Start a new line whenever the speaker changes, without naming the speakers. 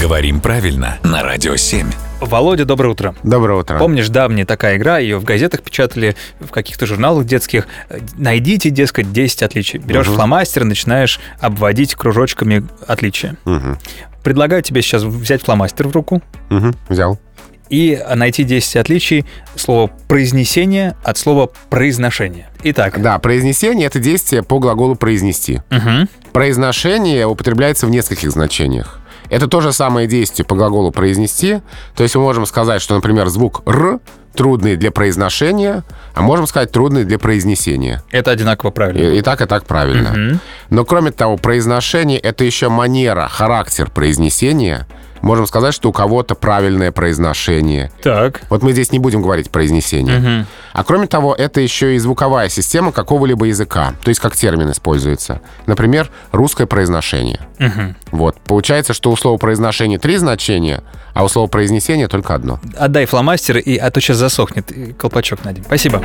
Говорим правильно на Радио 7.
Володя, доброе утро.
Доброе утро.
Помнишь, давняя такая игра, ее в газетах печатали, в каких-то журналах детских. Э, Найдите, дескать, 10 отличий. Берешь фломастер, начинаешь обводить кружочками отличия.
Мгм.
Предлагаю тебе сейчас взять фломастер в руку
Мгм. Взял.
и найти 10 отличий слова произнесение от слова произношение. Итак,
Да, произнесение — это действие по глаголу «произнести».
мгм,
Произношение употребляется в нескольких значениях. Это то же самое действие по глаголу «произнести». То есть мы можем сказать, что, например, звук «р» трудный для произношения, а можем сказать трудный для произнесения.
это одинаково правильно.
И, и так, и так правильно.
Мгм.
Но кроме того, произношение — это еще манера, характер произнесения. Можем сказать, что у кого-то правильное произношение.
Так.
Вот мы здесь не будем говорить произнесение.
Мгм.
А кроме того, это еще и звуковая система какого-либо языка, то есть как термин используется. Например, русское произношение.
Мгм.
Вот. Получается, что у слова произношение три значения, а у слова произнесение только одно.
Отдай фломастер, и, а то сейчас засохнет и колпачок надень. Спасибо.